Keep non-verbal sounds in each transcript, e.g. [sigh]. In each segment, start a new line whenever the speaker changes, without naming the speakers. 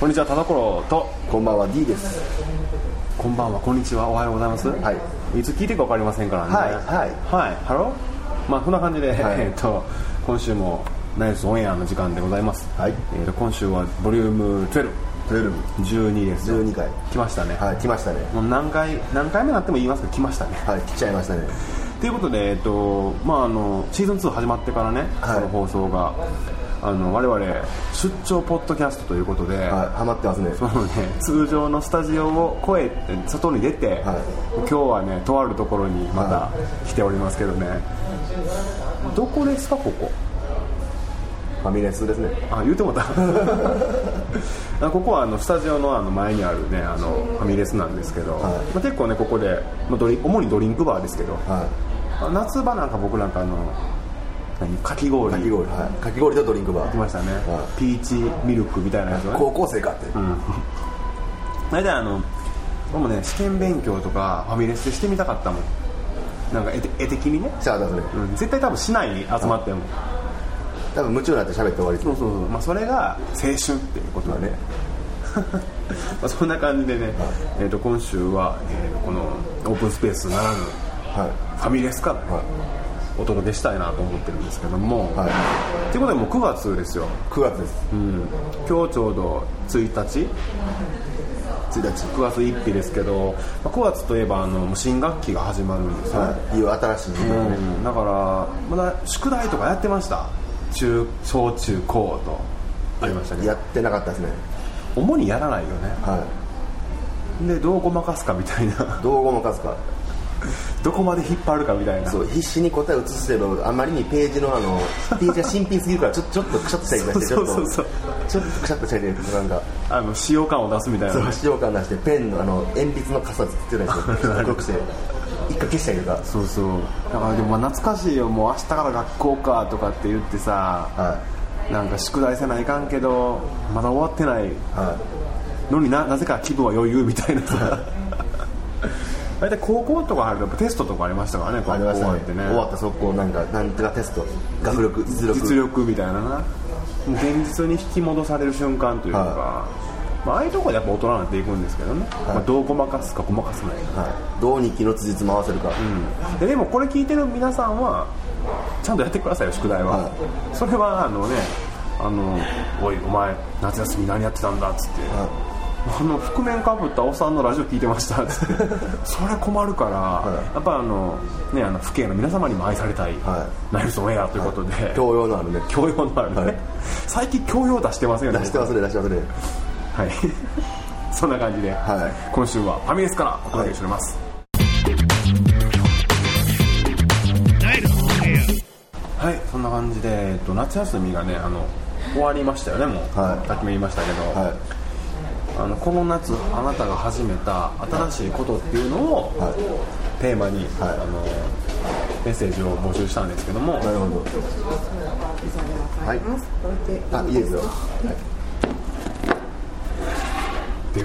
こんにちは田所と
こんばんは D です
こんばんはこんにちはおはようございます
はい
いつ聞いていくか分かりませんからね
はい
は
はいい
ハローまあそんな感じで、
はい
えっと今週もナイスオンエアの時間でございます
はい
えっと今週はボリューム1212ですよ
12回
来ましたね
はい来ましたね
もう何回何回目になっても言いますけど来ましたね
はい来ちゃいましたね
ということで、えっとまあ、あのシーズン2始まってからね、
はい
この放送があの我々出張ポッドキャストということで、
はいハマってますね
そのね、通常のスタジオを越えて外に出て、
は
今日はねとあるところにま
は
た来ておりますけどね、どこですかここ
ファミレスですね
あ言うて
[laughs]
もうたあここはあのスタジオのあの前にあるねあのファミレスなんですけど、
はい
まあ、結構ねここで、まあ、ドリン主にドリンクバーですけど、
は
あ夏場なんか僕なんかあの何かき氷
いかき氷はいかき氷とドリンクバ
出
ー
ましたね、
はい
ピーチミルクみたいなやつをね
高校生かって
大体あの僕もね試験勉強とかファミレスでしてみたかったもんなんか絵て絵的にね、
シャーだそれ
うん、絶対多分市内に集まっても、
多分夢中になって喋って終わり
そうそうそう、まあ、それが青春っていうこと
ま
だ
あ
ね
ね、
まあ、そんな感じでね、えー、と今週は、えーこのオープンスペースならぬ
は
ファミレスからね、
いはい
お届けしたいなと思ってるんですけども、
はい
ということでもう9月ですよ
9月です
今日ちょうど1日
1日
9月1日ですけど、まあ、9月といえばあのもう新学期が始まるんですよね、
はいいう新しい時期をね
うんだからまだ宿題とかやってました中小中高とありましたね
やってなかったですね
主にやらないよね
はい
でどうごまかすかみたいな [laughs]
どうごまかすか
どこまで引っ張るかみたいな
そう必死に答えを写すけどあまりにページのあのページが新品すぎるからちょちょっとくしゃっとしたりとかしてち
そ
ょ
う
っ
そ
と
うそう
ちょっとくしゃっとしたりとかなんか
あの使用感を出すみたいな
そ
ね、
う使用感出してペンのあの鉛筆の傘つってないです
[laughs]
よちょっと黒くして一回消したりとか
そうそうだからでもまあ懐かしいよもう明日から学校かとかって言ってさ、
は
なんか宿題せないかんけどまだ終わってない
いは
のにななぜか気分は余裕みたいな
[laughs]
さ大体高校とか入るとやっぱテストとかありましたからね
いありました
高校
ね
ってね
終わった速攻なんかなんとかテスト学力実力
実力みたいなな現実に引き戻される瞬間というか、
は
まあ、ああいうところでやっぱ大人になっていくんですけどね、まあ、どうごまかすかごまかさないか、
はいどうに気のつじつま合わせるか、
ででもこれ聞いてる皆さんはちゃんとやってくださいよ宿題は、
は
それはあのねあの「おいお前夏休み何やってたんだ」っつって、
は
あの覆面かぶったおっさんのラジオ聞いてましたっつ
[laughs]
ってそれ困るから、
い
やっぱあのねあの父兄の皆様にも愛されたい、
は
ナイルスオンエアということで、
い教養のあるね
教養のあるね、
はい
最近教養出してませんよね
出して忘れ出して忘れ
はい [laughs] そんな感じで、
はい
今週はファミレスからお届けしておりますはい、そんな感じで、えっと、夏休みがねあの終わりましたよねもう、
はい
さっきも言いましたけど、
は
あのこの夏あなたが始めた新しいことっていうのを、
いはい
テーマに、
はい
あのメッセージを募集したんですけども、
なるほどはいあいいですよ
で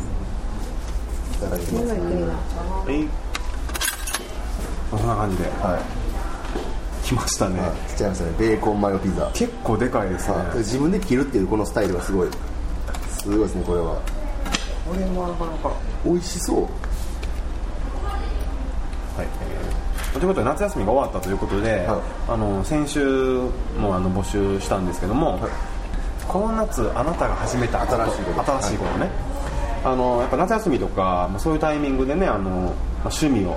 いただきます
えいそんな感じで
はい
来ましたね、
あ来ちゃいましたねベーコンマヨピザ
結構でかいですね、
はい自分で切るっていうこのスタイルがすごいすごいですねこれは
これもなかなか
美味しそう
はい、えーということで夏休みが終わったということで、
はい
あの先週もあの募集したんですけども、この夏あなたが始めた
新しいこと
新しいことね、あのやっぱ夏休みとかまあそういうタイミングでねあの、まあ趣味を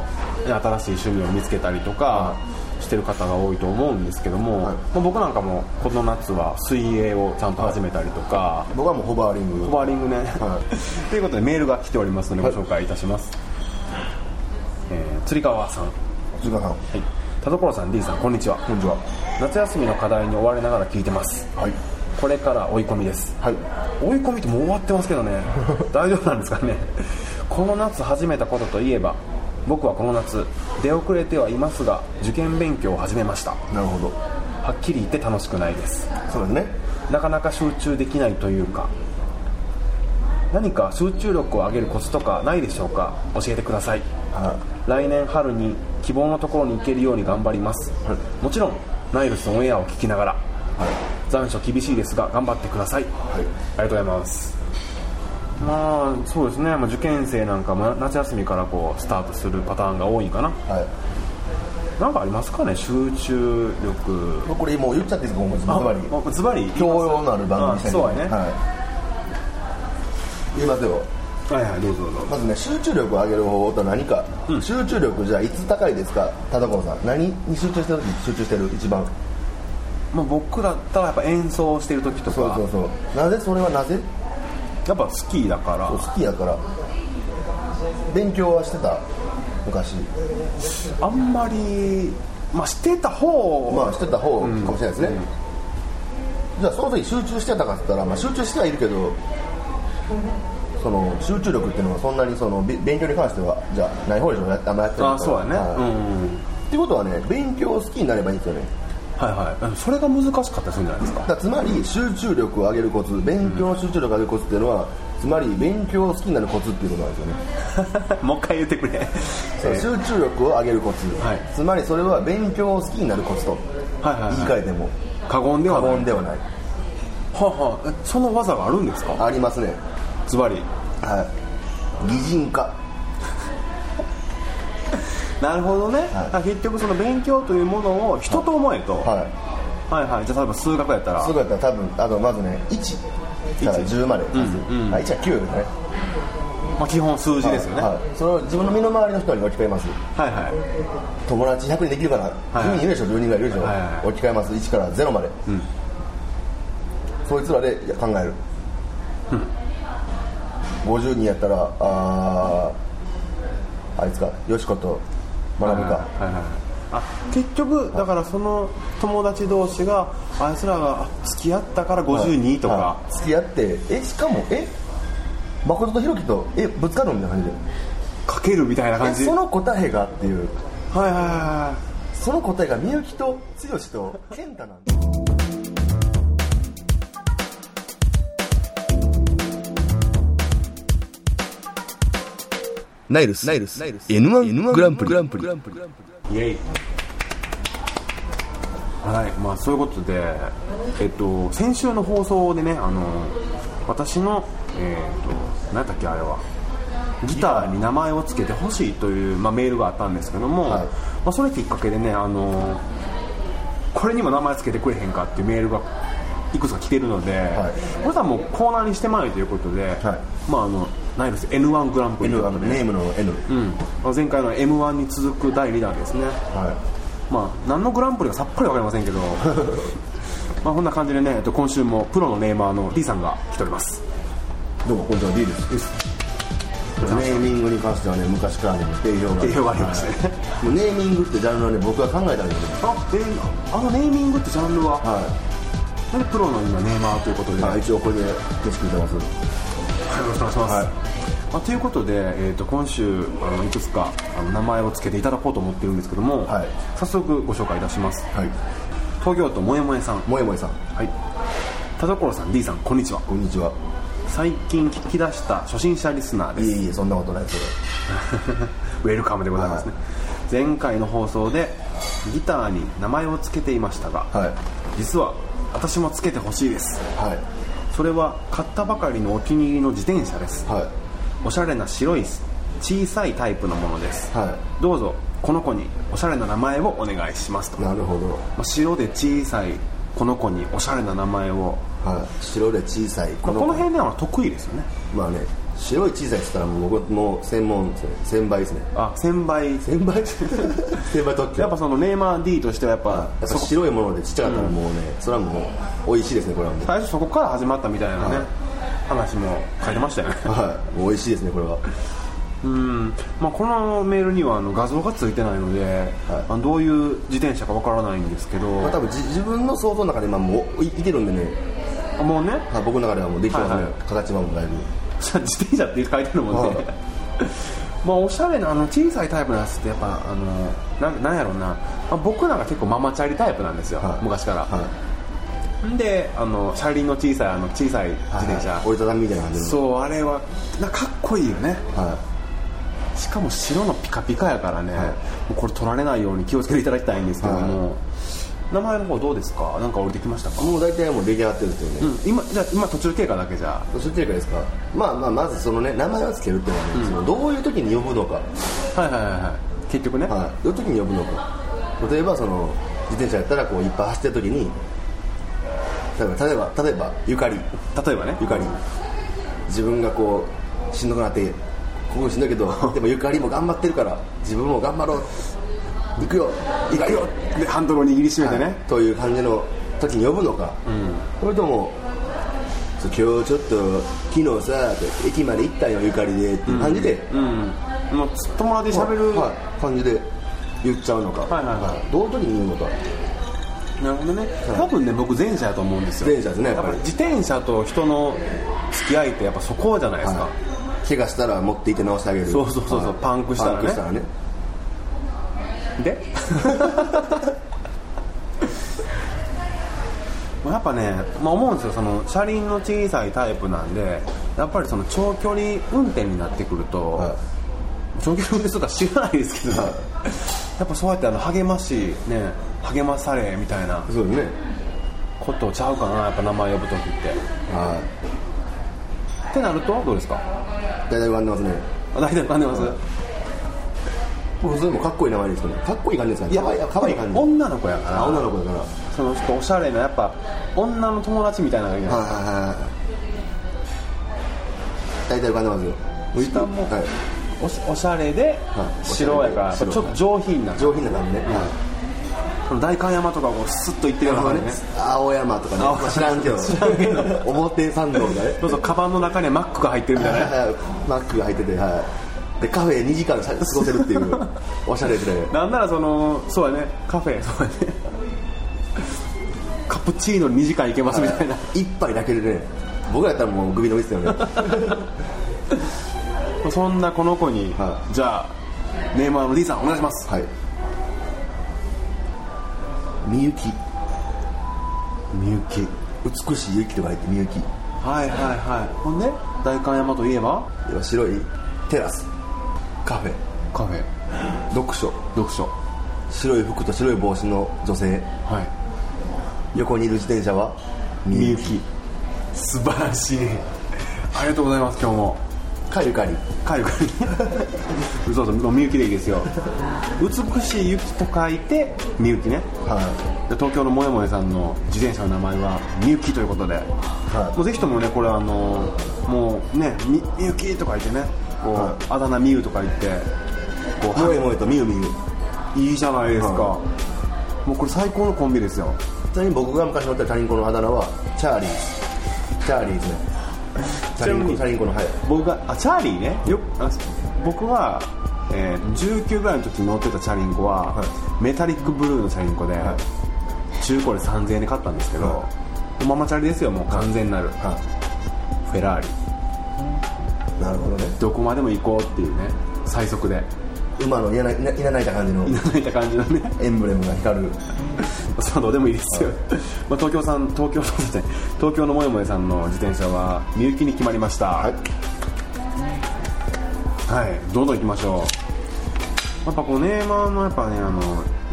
ね新しい趣味を見つけたりとかしてる方が多いと思うんですけども、
はい
まあ僕なんかもこの夏は水泳をちゃんと始めたりとか、
僕はもうホバーリング
ホバーリングね、
は
[laughs] ということでメールが来ておりますので
はい
ご紹介いたします、えー、釣川さん、は
鶴川さん
い、田所さん D さんこんにちは
こんにちは
夏休みの課題に追われながら聞いてます
はい
これから追い込みです
はい
追い込みってもう終わってますけどね大丈夫なんですかねこの夏始めたことといえば僕はこの夏出遅れてはいますが受験勉強を始めました
なるほど
はっきり言って楽しくないです
そうですね
なかなか集中できないというか何か集中力を上げるコツとかないでしょうか教えてください
は
来年春に希望のところに行けるように頑張ります、
は
もちろんナイルスオンエアを聞きながら、残暑厳しいですが頑張ってください、
い
ありがとうございますまあそうですね、まあ、受験生なんかも夏休みからこうスタートするパターンが多いかな
はい
なんかありますかね集中力
まあこれもう言っちゃっていいですかもうズバリ
あズバリ
教養のある番組にしたいんで
あそうやね
はい言いますよ
はいはいどうぞどうぞ
まずね集中力を上げる方法と何か、集中力じゃあいつ高いですか田所さん何に集中してる時集中してる一番
まあ、僕だったらやっぱ演奏してる時とか
そうそうそうなぜそれはなぜ
やっぱスキーだから
好きやから勉強はしてた昔
あんまり、まあ、してた方、
まあしてた方かもしれないですね、じゃあその時集中してたかって言ったら、まあ、集中してはいるけどその集中力っていうのはそんなにそのべ勉強に関してはじゃあない方でしょやあんまやってない
あそうやね、
はい
うん
ってことはね勉強好きになればいいんですよね
はいはいそれが難しかったりするんじゃないですか
だからつまり集中力を上げるコツ勉強の集中力を上げるコツっていうのは、つまり勉強を好きになるコツっていうことなんですよね
[laughs] もう一回言ってくれ
その集中力を上げるコツ、
はい
つまりそれは勉強を好きになるコツと
はいはいはい
言い換えても
過言で
過
はない
言ではない
はあはあえその技があるんですか
ありますね
ズバリ
はい擬人化
なるほどね、
はい
あ結局その勉強というものを人と思えと、はい、
は
はいじゃあ例えば数学やったら
いすごいやったら多分あとまずね1から10まで、
んうん
あ1は9ですね
まあ、基本数字ですよね
はい
は
はいそれを自分の身の回りの人に置き換えます
いはい、
友達100人できるかな、
いはい
10人いるでしょ10人ぐらいいるでしょ、
はいはい
置き換えます1から0まで、
ん
そいつらでいや考える、50人やったらあーあいつかよしこと学ぶか、
はいはい、あ結局だからその友達同士があいつらがあ付き合ったから52とか、
はい付き合ってえしかもえ誠と弘樹とえぶつかるみたいな感じで
かけるみたいな
え
感じ
その答えがっていう
はいはいは
その答えがみゆきと剛と健太なんで
ナイルス、ナイルス、N1 グランプリ、グランプリ。
いはいイエイはいまあそういうことでえっと先週の放送でねあの私のえっと何だっけあれはギターに名前を付けてほしいという、まあ、メールがあったんですけども、
はい
まあ、それきっかけでねあのこれにも名前付けてくれへんかっていうメールがいくつか来てるので、
はい
これはもうコーナーにしてまいということで、まああのナイルス N1 グランプリという
N
こ
あ
と
の
で
ネームの N、
うん、前回の m 1に続く第2弾ですね、
は
まあ、何のグランプリかさっぱり分かりませんけど
[laughs]
まあこんな感じでね、えっと、今週もプロのネイマーの D さんが来ております
いどうもこんにちは D ですネーミングに関してはね昔からね定評が
定評がありまして
もうネーミングってジャンルはね僕が考えたんですよ
あであのネーミングってジャンルは、
は
でプロの今ネイマーということで、
い、はい、一応これで景色見てます
よろしくお願いします、
はい
まあ、ということで、えー、と今週あのいくつかあの名前を付けていただこうと思ってるんですけども、
はい
早速ご紹介いたします
はい
東京都もえもえさん、は
もえもえさん
い、田所さん D さんこんにちは
こんにちは
最近聞き出した初心者リスナーです
いえいえそんなことないですよ
ウェルカムでございますね、前回の放送でギターに名前を付けていましたが、
はい
実は私も付けてほしいです
はい
それは買ったばかりのお気に入りの自転車です
は
おしゃれな白い小さいタイプのものです、
いは
どうぞこの子におしゃれな名前をお願いしますと、
い
ま
なるほど
あ白で小さいこの子におしゃれな名前を、
はい、白で小さい
ま
こ
あこの辺では得意ですよね
まあね白い小さいっつったらもう僕もう専門ですね専売ですね
あ先輩
専 [laughs] 売専売特許
やっぱそのネイマー D としてはやっぱ
やっ
そ
ぱ
こ
白いものでちっちゃかったらもうね、それはもう美味しいですねこれはもう
最初そこから始まったみたいなね、
はい
話も書いてましたよね [laughs]
はいもう美味しいですねこれは
うん、まあ、このメールにはあの画像がついてないので、あのどういう自転車かわからないんですけど、
まあ多分じ自分の想像の中で今もういいけるんでね
あもうね [laughs]
はい僕の中ではもうできてますね、
はいは
形はもうだいぶ
じゃあ自転車って書いてるもんね、
はい
[laughs] まあおしゃれなあの小さいタイプのやつってやっぱあのななんやろうな、まあ、僕なんか結構ママチャリタイプなんですよ、
はい
昔から、
はい
んであの車輪の小さいあの小さい自
はい
転車、
折りたたみみたいな感じの
そうあれはなんかかっこいいよね
は
しかも白のピカピカやからね、
はい
もうこれ取られないように気をつけていただきたいんですけども、名前の方どうですかなんか降りてきましたか、
もう大体もう出来上がってるんですよね、
うん、今じゃあ今途中経過だけじゃ
そしてかですか、まあ、まあまずその、ね、名前をつけるっていうのはね、そのどういう時に呼ぶのか、
はいはいはいはい結局ね、
はい、どういう時に呼ぶのか例えばその自転車やったらこういっぱい走ってる時に例えば例えば例えばゆかり
例えばね
ゆかり自分がこうしんどくなってここしんどいけどでもゆかりも頑張ってるから自分も頑張ろう行くよ行くよ
でハンドルを握りしめてね、
はいという感じの時に呼ぶのか、それとも「そう今日ちょっと昨日さ駅まで行ったよゆかりで」っていう感じで、
うんもう友達で喋る、
はい、感じで言っちゃうのか、
はいはいはい
どういう時に言うのか
なるほどね多分ね僕前者やと思うんですよ
前者ですね
やっぱ
は
り
い
自転車と人の付き合いってやっぱそこじゃないですか、
はい怪我したら持っていて直してあげる
そうそうそうそう
はい
パンクしたらね
パンクしたらね [laughs]
でもうやっぱね、まあ、思うんですよその車輪の小さいタイプなんでやっぱりその長距離運転になってくると、
は
長距離運転するか知らないですけど、 [laughs]
はい
やっぱそうやってあの励まし、ね、励まされみたいな
そうですね
ことちゃうかなやっぱ名前呼ぶ時って
は
ってなるとどうですか
い大体わかんでますね
あ大体浮かんでます、
普通にもかっこいい名前ですけどねかっこいい感じですかねかわいいかわいい感じ
女の子や
あ
か
女の子だから
らそのちょっとおしゃれなやっぱ女の友達みたいなのがいいな、
はいはいはいはい大体浮かんでますよ浮い
下も
はい
おしおしゃれで
はい
白やからやっぱちょっと上品な
上品な感じね、
その代官山とかをこうスッと行ってるような
は
感
い
じね
青山とかね、
青
まあ知らんけど
知らんけど
表参道とかね
そうそうカバンの中にはマックが入ってるみたいなね
はいマックが入ってて、はい、でカフェ2時間過ごせるっていうおしゃれで、
[laughs] なんならそのそうやねカフェそうやねカプチーノに2時間行けますみたいな
一杯だけでね僕らやったらもうグビ伸びてたよね
そんなこの子に、
は
じゃあネイマールの D さんお願いします
はいみゆき
みゆき
美しい雪とか入ってみゆき
はいはいはいほんで代官山といえば
今白いテラスカフェ
カフェ
読書
読書
白い服と白い帽子の女性
はい
横にいる自転車はみゆき
素晴らしいありがとうございます今日も
かゆかり
帰るからね嘘嘘みゆきでいいですよ美しい雪と書いてみゆきね
は
で東京のもえもえさんの自転車の名前はみゆきということで、
い
もうぜひともねこれあのもうねみみゆきとか言ってねこう、
は
あだ名みゆとか言ってこ
いもえもえとみゆみゆ
ういいじゃないですか、
は
もうこれ最高のコンビですよ
ちなみに僕が昔乗ったチャリンコのあだ名はチャーリーズチャーリーズねチャリンコ
ち
チ
な
ャ
み
リンコのはい
僕があチャーリーねよあ僕は、えー19ぐらいの時に乗ってたチャリンコは、
は
メタリックブルーのチャリンコで、中古で3000円で買ったんですけど、
は
ママチャリですよもう完全なる、フェラーリ
なるほどね
どこまでも行こうっていうね最速で
馬のいらないいらないた感じの
いただいた感じのね
エンブレムが光る
それはどうでもいい [laughs] ですよ、まあ、東京さん東 [laughs] 京そうですね東京のもえもえさんの自転車はみゆきに決まりましたはい、どんどん行きましょうやっぱこうネーマーのやっぱねあの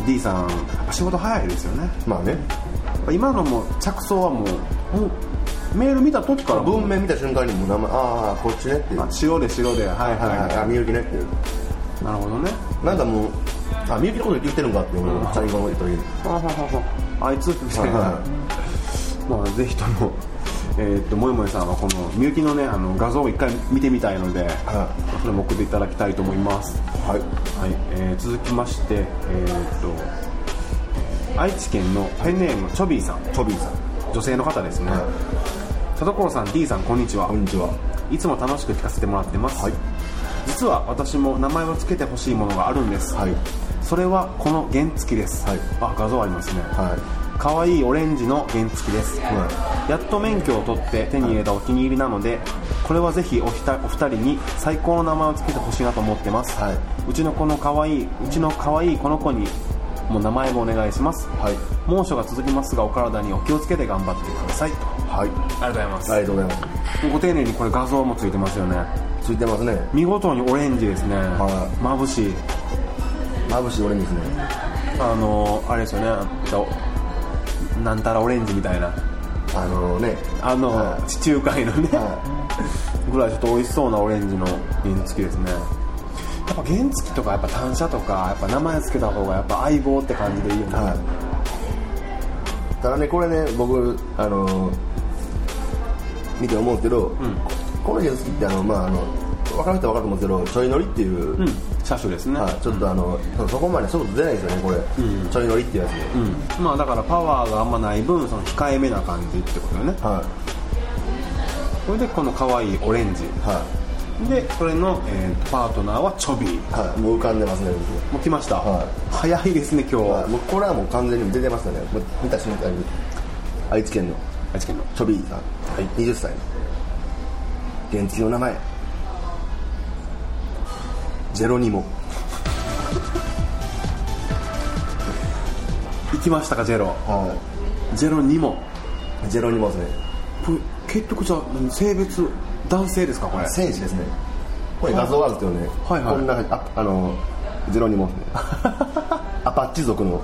D さんやっぱ仕事早いですよね
まあね
やっぱ今のもう着想はもうもうメール見た時から
文面見た瞬間にもう名前ああこっちねっていう
あ塩で塩ではいはいはい、
あみゆきねっていう
なるほどね
なんかもうあみゆきのこと言ってるのかって思うチャリンコの時に
あはははあいつみたい
は
なまあぜひとも [laughs] えーっともえもえさんはこのみゆきのねあの画像を一回見てみたいので、それも送っていただきたいと思います、
は
は
い
いえー続きましてえーっとえー愛知県のペンネームチョビーさん
トビーさん
女性の方ですね、田所さん D さんこんにちは
こんにちはい
つも楽しく聞かせてもらってます、実は私も名前を付けてほしいものがあるんです、
はい
それはこの原付です、
はい
あ画像ありますね、
はい
可愛いオレンジの原付です、
は
やっと免許を取って手に入れたお気に入りなのでこれはぜひおひたお二人に最高の名前を付けてほしいなと思ってます、
はいう
ちの子の可愛いうちの可愛いこの子にもう名前をお願いします、
はい
猛暑が続きますがお体にお気をつけて頑張ってください
は
あ
い
りがとうございます、
ありがとうございま
ご丁寧にこれ画像もついてますよね
すついてますね
見事にオレンジですね、
はい
眩しい
眩しい俺にですね
あのあれですよねなんたらオレンジみたいな
あのね
あの、
は
地中海のね、
は
ぐらいちょっと美味しそうなオレンジの原付ですねやっぱ原付とかやっぱ単車とかやっぱ名前付けた方がやっぱ相棒って感じでいいよね、
はいただねこれね僕あの見て思うけど、この原付ってあのまああの分かる人は分かると思うけどちょい乗りっていう、
うん車種ですね、
はい、ちょっとあの、そこまで速度出ないですよねこれ、ちょい乗りってやつで、
うん、まあだからパワーがあんまない分その控えめな感じってことよね
はい
それでこの可愛いオレンジ
は
でそれの、えーパートナーはチョビー
い、はい、もう浮かんでますね僕
もう来ました、
はい
早いですね今日、
はい、もうこれはもう完全に出てましたね、もう見た瞬間に、愛知県の
愛知県の
チョビーさん、はい、20歳の、原付の名前、ジェロニモ、
行きましたかジェロ
は
ジェロにも
い、ジェロニモですね、
これ結局じゃあ何性別男性ですかこれ
聖地ですね、これ画像があるんですけどね、
はいはい
こんなああの、ジェロニ
[laughs]
モですね、アパッチ族の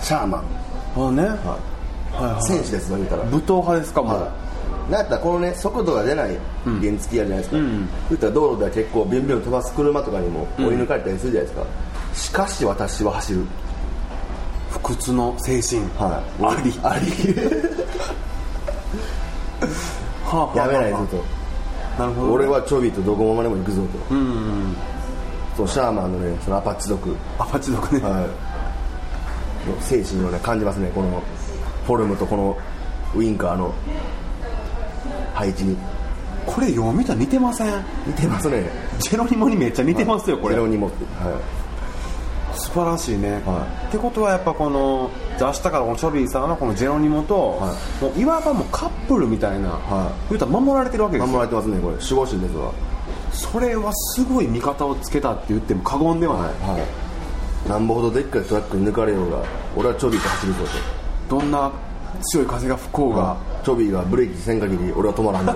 シャーマン、
あね、はいはい
戦士ですよ、言うたら。
武闘派ですかもう、
なんやったらこのね速度が出ない原付やじゃないですか、
ん
言ったら道路では結構ビュンビュン飛ばす車とかにも追い抜かれたりするじゃないですか、しかし私は走る
不屈の精神
はい
あり
あり
はあはあ
やめない
なる
ぞ
ほ
と
ど
俺はチョビとどこまでも行くぞと、
うんうんうん
そうシャーマンのねそのアパッチ族、は
アパッチ族ね、
い、の精神をね感じますねこのフォルムとこのウインカーの配置に
これ読みと似てません
似てますね
ジェロニモにめっちゃ似てますよこれ
ゼロに持ってはい
素晴らしいね、
はい
ってことはやっぱこのじゃあ明日からこのチョビーさんはこのジェロニモと、、
はい
もういわばもうカップルみたいな、
はい
言うたら守られてるわけです
守
よ
られてますねこれ守護神ですわ
それはすごい味方をつけたって言っても過言ではない、
はい、なんぼほどでっかいトラックに抜かれようが俺はチョビーと走るぞ
どんな強い風が吹こう
と、
が、
チョビーがブレーキせん限り俺は止まらんぞ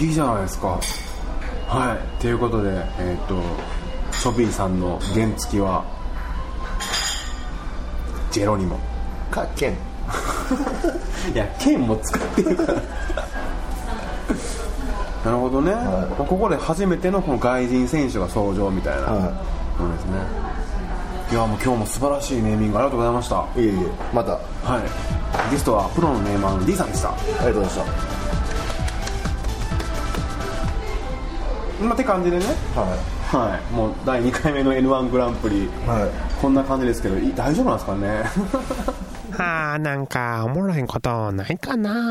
いいじゃないですかはいということでえっ、とチョビーさんの原付はジェロニモ
かっけん
いや剣も使ってるからなるほどね、まあここで初めてのこの外人選手が登場みたいな、
は
そうですねいやもう今日も素晴らしいネーミングありがとうございました
いえいえまたあ
はいゲストはプロのネーマーの D さんでした
りがとうございました
まあって感じでね
は
はいもう第2回目の n 1グランプリ、
い、はい
こんな感じですけどい大丈夫なんですかね [laughs]
あーなんかおもろいことないかな
もう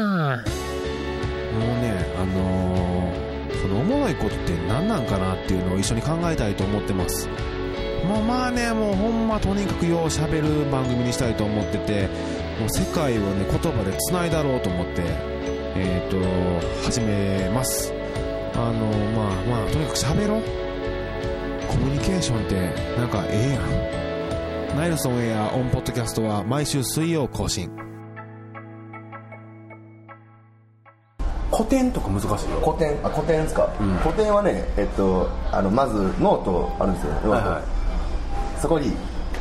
ねあのーそのおもろいことって何なんかなっていうのを一緒に考えたいと思ってますもうまあねもうほんまとにかくようしゃべる番組にしたいと思っててもう世界をね言葉でつないだろうと思ってえっ、と始めますあのーまあまあとにかくしゃべろうコミュニケーションってなんかええやんナイルソンエアオンポッドキャストは毎週水曜更新古典とか難しいよ
古典あ古典ですか、
ん
古典はねえっとあのまずノートあるんですよ、ノート
はいはい
そこに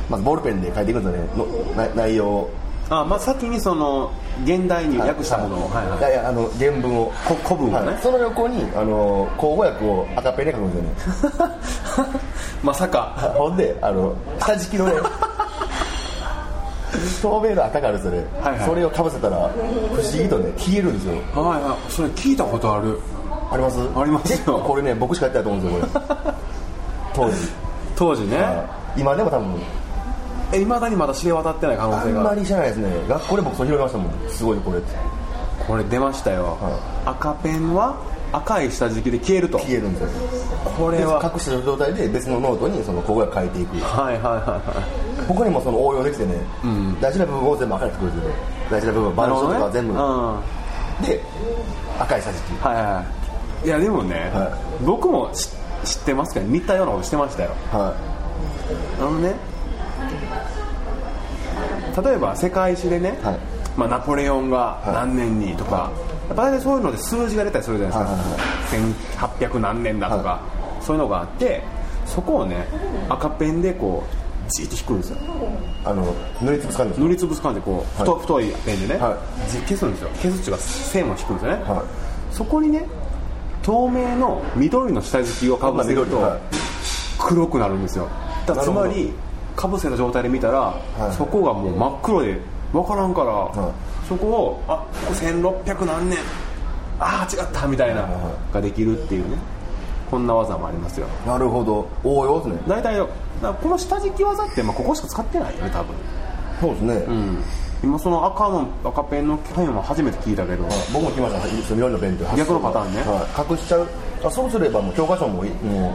まずボールペンで書いていくんですよねのな内容を
あ、まあ、先にその現代に訳したものを、はい
い
はい
やいやあの原文を
こ古文をね、
はい、その横にあの候補訳を赤ペンで書くんですよね
[laughs] まさか
[laughs] ほんで、あの、下敷き
[laughs]
のね、透明の赤があるんですよね、
はいはい
それをかぶせたら、不思議とね、消えるんですよ。
はいはいそれ聞いたことある
あります
ありますよ
結構これね、僕しかやってないと思うんですよ、これ。
[laughs]
当時。
当時ね、
今でも多分、
えいまだにまだ知れ渡ってない可能
あん
性が
ま
ある
り知らないですね。学校で僕、そう広げましたもん。すごいこれって。
これ出ましたよ、
は
赤ペンは赤い下敷きで消えると
消えるんですよ。
これは
隠した状態で別のノートにその候補訳書いていく。
はいはいはいはい
他にもその応用できてね、大事な部分を全部赤にしてくれてるんですよ大事な部分、
な
板
る
書
ほど
と
ね
か全部
うん。は
で、赤い下敷き。
いはいいやでもね、
は
僕も知知ってますから似たようなことしてましたよ
はい。
あのね例えば世界史でね、
はい
まあ、ナポレオンが何年にとか、やっぱ大体そういうので数字が出たりするじゃないですか、1800何年だとか、そういうのがあってそこをね赤ペンでこうじーって引くんですよ
あの塗りつぶす感じです
塗りつぶす感じでこう、
はい
太太いペンでね、
は
じ消すんですよ消すっていうか線を引くんですよね、
は
そこにね透明の緑の下敷きをかぶせると、
まあ緑はい
黒くなるんですよだからつま
なるほ
りかぶせた状態で見たら、
い
そこがもう真っ黒で分からんから、
い
そこをあここ1600何年ああ違ったみたいな、ができるっていうねこんな技もありますよ
なるほど応用ですね
大体だからこの下敷き技って、まあ、ここしか使ってないよね多分
そうですね、
今その赤の赤ペンのペンは初めて聞いたけど、
僕も聞きましたその緑のペンって
逆のパターンね
はい、隠しちゃうあそうすればもう教科書もいもう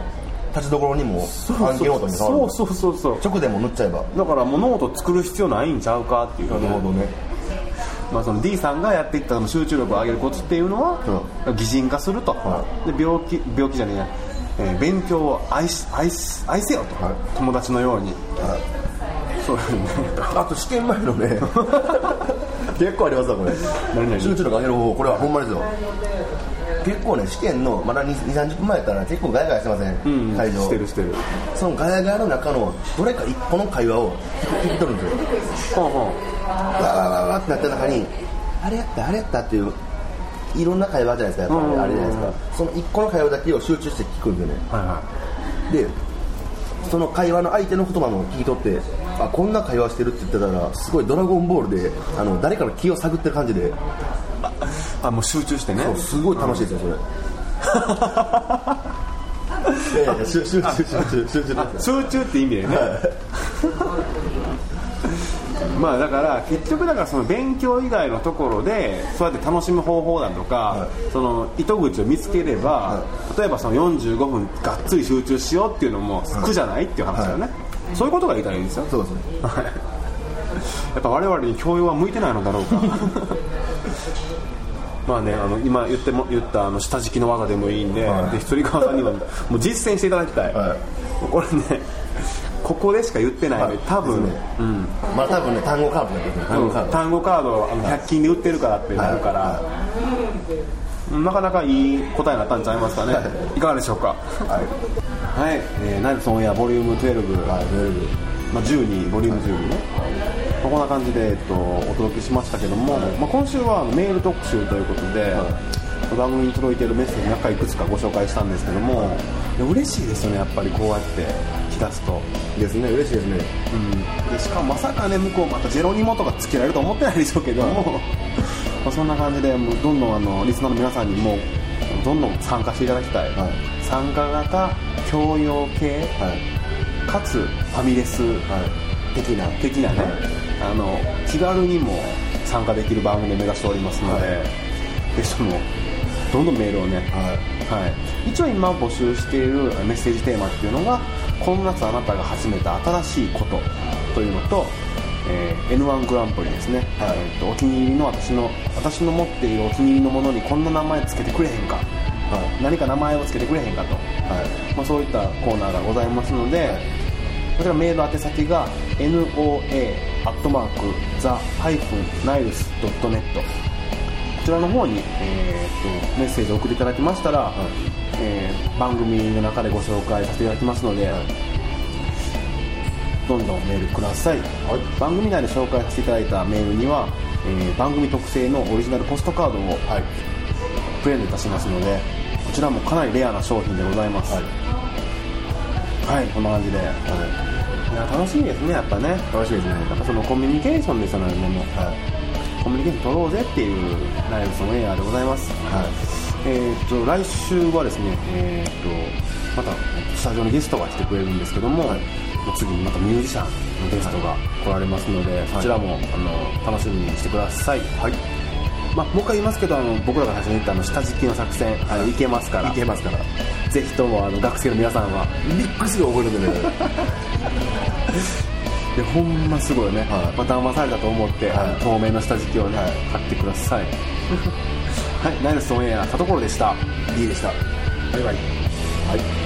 立ちどころにも
そう
案件ごとに変わる
そうそうそうそう
直でも塗っちゃえば
だからもうノート作る必要ないんちゃうかっていう、
なるほどね
まあ、その D さんがやっていったその集中力を上げるコツっていうのは、擬人化すると、
は
で病気病気じゃねえや、えー勉強を愛し愛し愛せよと、
はい
友達のように、そういうね
あと試験前の
[laughs]
ね結構ありますわこれ
何々
集中力上げる方法これはほんまですよ結構ね試験のまだ2 3 0分前やったら結構ガヤガヤしてません、
うん
会場
してるしてる
そのガヤガヤの中のどれか一個の会話を聞き取るんですよ
ほんほん
わーわーわーわーってなった中にあれやったあれやったっていういろんな会話じゃないですかやっぱりあれじゃないですかその一個の会話だけを集中して聞くんでね
はいは
でその会話の相手の言葉も聞き取ってあこんな会話してるって言ってたらすごい「ドラゴンボールで」あの誰かの気を探ってる感じで
いあもう集中してね
すごい楽しいですよそ
[laughs]
れいやいや集中集中集中集中です
集中って意味でね [laughs] まあだから結局だからその勉強以外のところでそうやって楽しむ方法だとか、その糸口を見つければ、例えばその45分がっつり集中しようっていうのも苦じゃないっていう話だよね、そういうことが言いたらいいんですよ
そうですね
やっぱ我々に教養は向いてないのだろうか [laughs] まあねあの今言っても言ったあの下敷きの技でもいいんで,、
はい
で一人川さんにはもう実践していただきたい、
はい
もうこれねここでしか言ってないので、多分、
ですねまあ多分ね単語カードだけどね単語カード
単語カードをあの100均で売ってるからってなるから、なかなかいい答えになったんちゃいますかね、い、かがでしょうかはい、えーナイフソンオンエアボリューム12、まあ、12ボリューム12ね、まあこんな感じで、えっと、お届けしましたけども、まあ、今週はあのメール特集ということで、番組に届いているメッセージの中いくつかご紹介したんですけども、いや嬉しいですよねやっぱりこうやって来だすと
ですね嬉しいですね
でしかもまさかね向こうまたジェロニモとかつけられると思ってないでしょうけども、 [laughs] まあそんな感じでもうどんどんあのリスナーの皆さんにもどんどん参加していただきたい、
はい
参加型教養系、
はい
かつファミレス、
的な
的なね、あの気軽にも参加できる番組を目指しておりますので、
は
ぜひともどんどんメールをね、はい一応今募集しているメッセージテーマっていうのがこの夏あなたが始めた新しいことというのと、えー N1 グランプリですね、
はい
えーとお気に入りの私の私の持っているお気に入りのものにこんな名前つけてくれへんか、
い
何か名前をつけてくれへんかと、
はい
まあ、そういったコーナーがございますので、こちらメール宛先が noa.the-niles.net こちらの方に、えーとメッセージを送っていただきましたら、えー番組の中でご紹介させていただきますので、どんどんメールください、番組内で紹介させていただいたメールには、えー番組特製のオリジナルポストカードを
はい
プレゼントいたしますのでこちらもかなりレアな商品でございますは
はいい、
こんな感じで、いや楽しみですねやっぱね
楽しみですね
やっぱそのコミュニケーションですよねもう
はい
コミュニケーション取ろうぜっていうライブソンエアでございます、えー、と来週はですね、えー、とまたスタジオのゲストが来てくれるんですけども、次にまたミュージシャンのゲストが来られますので、そちらもあの楽しみにしてください、はいまあ、もう一回言いますけどあの僕らが最初に言ったあの下敷きの作戦、あのいけますから
いけますから
ぜひともあの学生の皆さんは
ビックスが覚えるんでね
でほんますごいね、
はい
まあ騙されたと思って、
はい
あの透明の下敷きをね、
はい
買ってくだ
[laughs]
さいはいナイルスオンエア田所でした
いいでした
バイバイ
はい